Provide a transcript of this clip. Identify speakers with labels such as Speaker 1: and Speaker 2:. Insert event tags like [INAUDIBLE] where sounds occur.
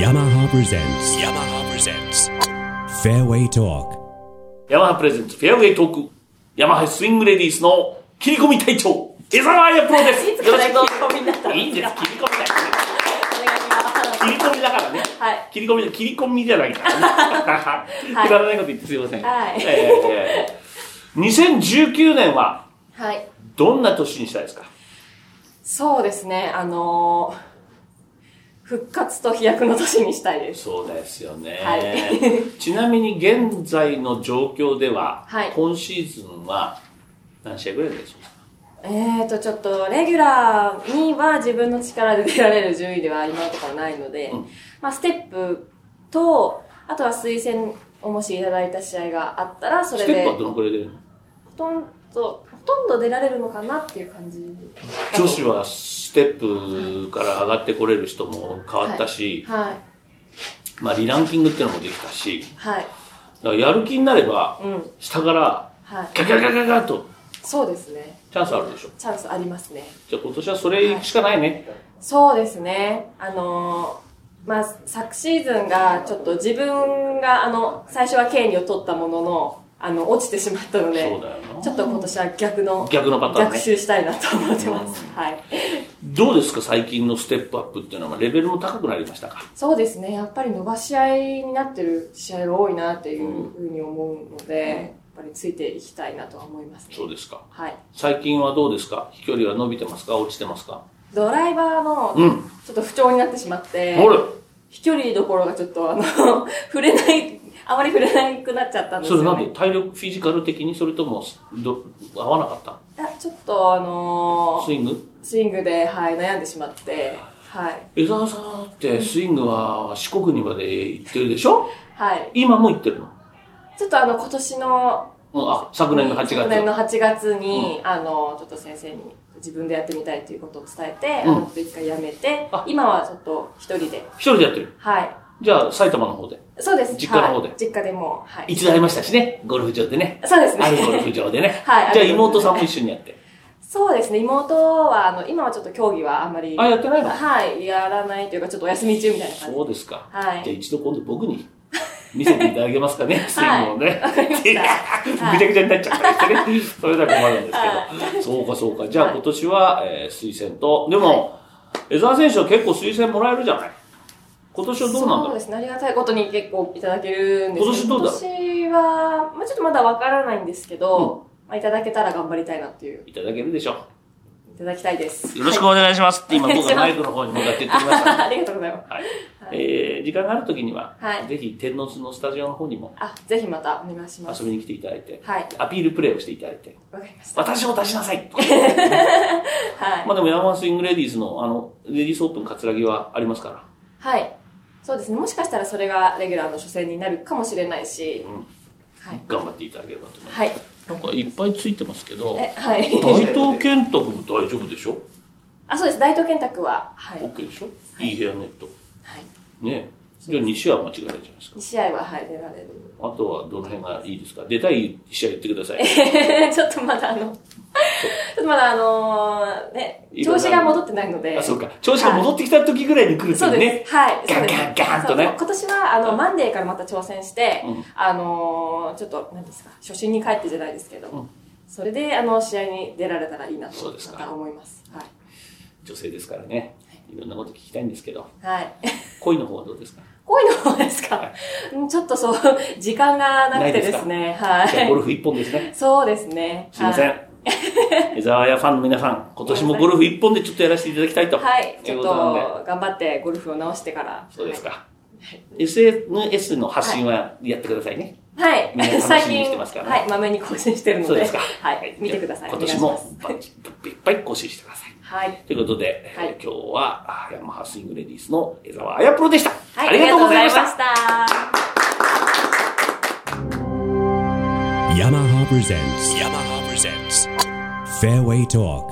Speaker 1: yamaha presents yamaha presents fairway talk
Speaker 2: ヤマハプレゼンツフェアウェイトーク、ヤマハスイングレディースの切り込み隊長、江沢彩プロです。
Speaker 3: いつから
Speaker 2: よろ
Speaker 3: 切り込みになったん
Speaker 2: いいん
Speaker 3: で
Speaker 2: ですす、
Speaker 3: か
Speaker 2: 切り込み隊
Speaker 3: お願いしま
Speaker 2: 長。
Speaker 3: す
Speaker 2: 切り込みだからね。
Speaker 3: はい
Speaker 2: 切り込み、切り込みじゃないからね。
Speaker 3: [LAUGHS] はい
Speaker 2: くだらないこと言ってすいません。
Speaker 3: はい
Speaker 2: えー2019年は
Speaker 3: はい
Speaker 2: どんな年にしたいですか
Speaker 3: そうですねあのー復活と飛躍の年にしたいです
Speaker 2: そうですよね。
Speaker 3: はい
Speaker 2: [LAUGHS] ちなみに現在の状況では、
Speaker 3: はい
Speaker 2: 今シーズンは何試合ぐらいでしょうか
Speaker 3: えーとちょっとレギュラーには自分の力で出られる順位では今のところないので、
Speaker 2: うん
Speaker 3: まあ、ステップとあとは推薦をもしいただいた試合があったらそれ
Speaker 2: ステッ
Speaker 3: で
Speaker 2: プ
Speaker 3: ほ
Speaker 2: はどのくらい出るの
Speaker 3: とんどほとんど出られるのかなっていう感じ
Speaker 2: 女子はステップから上がってこれる人も変わったし、
Speaker 3: はい
Speaker 2: まあリランキングっていうのもできたし、
Speaker 3: はい
Speaker 2: だからやる気になれば、
Speaker 3: うん
Speaker 2: 下から
Speaker 3: はい
Speaker 2: ガガガガガッと
Speaker 3: そうですね
Speaker 2: チャンスあるでしょ。
Speaker 3: チャンスありますね
Speaker 2: じゃあ今年はそれしかないね。
Speaker 3: そうですね。あのーまあ、昨シーズンがちょっと自分があの、最初は権利を取ったものの、あの、落ちてしまったので、
Speaker 2: そうだよな
Speaker 3: ちょっと今年は逆の、
Speaker 2: 逆のパターン
Speaker 3: 逆
Speaker 2: ね。
Speaker 3: 襲したいなと思ってます。はい。
Speaker 2: どうですか最近のステップアップっていうのは、レベルも高くなりましたか
Speaker 3: そうですね。やっぱり伸ばし合いになってる試合が多いなっていうふうに思うので、やっぱりついていきたいなとは思いますね。
Speaker 2: そうですか。
Speaker 3: はい。
Speaker 2: 最近はどうですか飛距離は伸びてますか落ちてますか
Speaker 3: ドライバーも
Speaker 2: うん、
Speaker 3: ちょっと不調になってしまって、
Speaker 2: あれ
Speaker 3: 飛距離どころがちょっとあの、 [LAUGHS] 触れない、あまり触れなくなっちゃったんです
Speaker 2: それな
Speaker 3: よ
Speaker 2: んで
Speaker 3: ね。
Speaker 2: 体力、フィジカル的にそれともど合わなかっ
Speaker 3: いやちょっとあの
Speaker 2: たス
Speaker 3: ー
Speaker 2: イング
Speaker 3: スイングで、はい、悩んでしまって、はい、
Speaker 2: 江沢さんってスイングは四国にまで行ってるでしょ
Speaker 3: はい。
Speaker 2: 今も行ってるの
Speaker 3: ちょっとあの、今年の、
Speaker 2: うんあ、昨年の8
Speaker 3: 昨年の
Speaker 2: 月。
Speaker 3: 8月に、あの、ちょっと先生に自分でやってみたいということを伝えて、
Speaker 2: うん
Speaker 3: あの、ちょっと一回やめて
Speaker 2: あ、
Speaker 3: 今はちょっと一人で、
Speaker 2: 一人でやってる。
Speaker 3: はい。
Speaker 2: じゃあ、埼玉の方で。
Speaker 3: そうです。
Speaker 2: 実家の方で
Speaker 3: はい実家でもう、はい。
Speaker 2: 一度会いましたしね、ゴルフ場でね。
Speaker 3: そうですね。
Speaker 2: あるゴルフ場でね。
Speaker 3: はい
Speaker 2: じゃあ、妹さんも一緒にやって。
Speaker 3: [LAUGHS] そうですね、妹は、あの、今はちょっと競技はあんまり、
Speaker 2: あ、やってないの
Speaker 3: はい、やらないというか、ちょっとお休み中みたいな感じ
Speaker 2: そうですか。
Speaker 3: はい
Speaker 2: じゃあ、一度今度僕に見せていただけますかね、スイングをね。
Speaker 3: わかりましたは
Speaker 2: [LAUGHS] ぐ
Speaker 3: い
Speaker 2: ちゃぐちゃになっちゃったりしてね。それだけ困るんですけど。そうか、そうか。じゃあ、
Speaker 3: はい
Speaker 2: 今年は、えー推薦と。でも、江沢選手は結構推薦もらえるじゃない今年はどうなんだ
Speaker 3: そう
Speaker 2: ろ
Speaker 3: で
Speaker 2: う
Speaker 3: すね、ありがたいことに結構いただけるんですけ
Speaker 2: 今年ど
Speaker 3: ど、
Speaker 2: うだろう
Speaker 3: 今年は、まあちょっとまだわからないんですけど、まあいただけたら頑張りたいなっていう、
Speaker 2: いただけるでしょう。
Speaker 3: いただきたいです。
Speaker 2: よろしくお願いしますって今僕がマイクの方に向かって言ってきました。
Speaker 3: あありがとうござい [LAUGHS] ます。
Speaker 2: はい。えー時間がある時には、
Speaker 3: はい
Speaker 2: ぜひ天皇洲のスタジオの方にも
Speaker 3: あ、ぜひまたお願いします。
Speaker 2: 遊びに来ていただいて、
Speaker 3: はい
Speaker 2: アピールプレーをしていただいて、
Speaker 3: わかりました。
Speaker 2: 私を出しなさい
Speaker 3: [LAUGHS]
Speaker 2: と
Speaker 3: はい。
Speaker 2: まあでもヤマンスイングレディーズのあの、レディースオープン葛城はありますから。
Speaker 3: はい。そうですね、もしかしたらそれがレギュラーの初戦になるかもしれないし、
Speaker 2: うん
Speaker 3: はい。
Speaker 2: 頑張っていただければと思います。
Speaker 3: はい。
Speaker 2: なんかいっぱいついてますけど、
Speaker 3: え、はい。
Speaker 2: 大東健太君も大丈夫でしょ
Speaker 3: [LAUGHS] あ、そうです、大東健拓は、はい。
Speaker 2: ?OK でしょ、い、いヘアネット。
Speaker 3: はい。
Speaker 2: ねじゃあ2試合は間違いないじゃないですか。
Speaker 3: 2試合は、はい、出られる。
Speaker 2: あとはどの辺がいいですか出たい試合言ってください。
Speaker 3: [LAUGHS] ちょっとまだあの、ちょっとまだあのね、調子が戻ってないので。
Speaker 2: あ、そうか。調子が戻ってきた時ぐらいに来ると
Speaker 3: そう
Speaker 2: い
Speaker 3: で
Speaker 2: う
Speaker 3: す。
Speaker 2: ね。
Speaker 3: はい。そうです
Speaker 2: ガンガンガンとね
Speaker 3: そう今年は、あの、マンデーからまた挑戦して、
Speaker 2: うん
Speaker 3: あのちょっと、何ですか、初心に帰ってじゃないですけど、
Speaker 2: ん
Speaker 3: それで、あの、試合に出られたらいいな
Speaker 2: そう
Speaker 3: と
Speaker 2: です、か
Speaker 3: また思います。はい。
Speaker 2: 女性ですからね。いろんなこと聞きたいんですけど、
Speaker 3: はい。 [LAUGHS]
Speaker 2: 恋の方はどうですか
Speaker 3: 恋の方ですかうんちょっとそう、時間がなくてですね。
Speaker 2: じゃあゴ
Speaker 3: は
Speaker 2: ルフ一本ですね。
Speaker 3: い。そうですね。
Speaker 2: すいませ
Speaker 3: はい。
Speaker 2: ん。江沢屋ファンの皆さん、今年もゴルフ一本でちょっとやらせていただきたいと。
Speaker 3: はい。ち
Speaker 2: いう
Speaker 3: ょっ
Speaker 2: こととなんで。、
Speaker 3: 頑張ってゴルフを直してから。
Speaker 2: そうですか。
Speaker 3: はい
Speaker 2: SNS の発信はやってくださいね。
Speaker 3: はい
Speaker 2: みんな。楽
Speaker 3: 最
Speaker 2: しみにして
Speaker 3: 近、
Speaker 2: ますからね
Speaker 3: はい、まめに更新してるので。
Speaker 2: そうですか。
Speaker 3: はい。見てください。
Speaker 2: じゃあ今年
Speaker 3: お願いし
Speaker 2: もバッチリいっぱい更新してください。
Speaker 3: ます。はい。
Speaker 2: ということで、
Speaker 3: はい
Speaker 2: えー今日はあヤマハスイングレディースの江沢綾プロでした、
Speaker 3: はい、
Speaker 2: ありがとうございまし
Speaker 3: あ
Speaker 2: た
Speaker 3: りがとうございまし
Speaker 1: yamaha presents
Speaker 3: た。
Speaker 1: yamaha presents fairway talk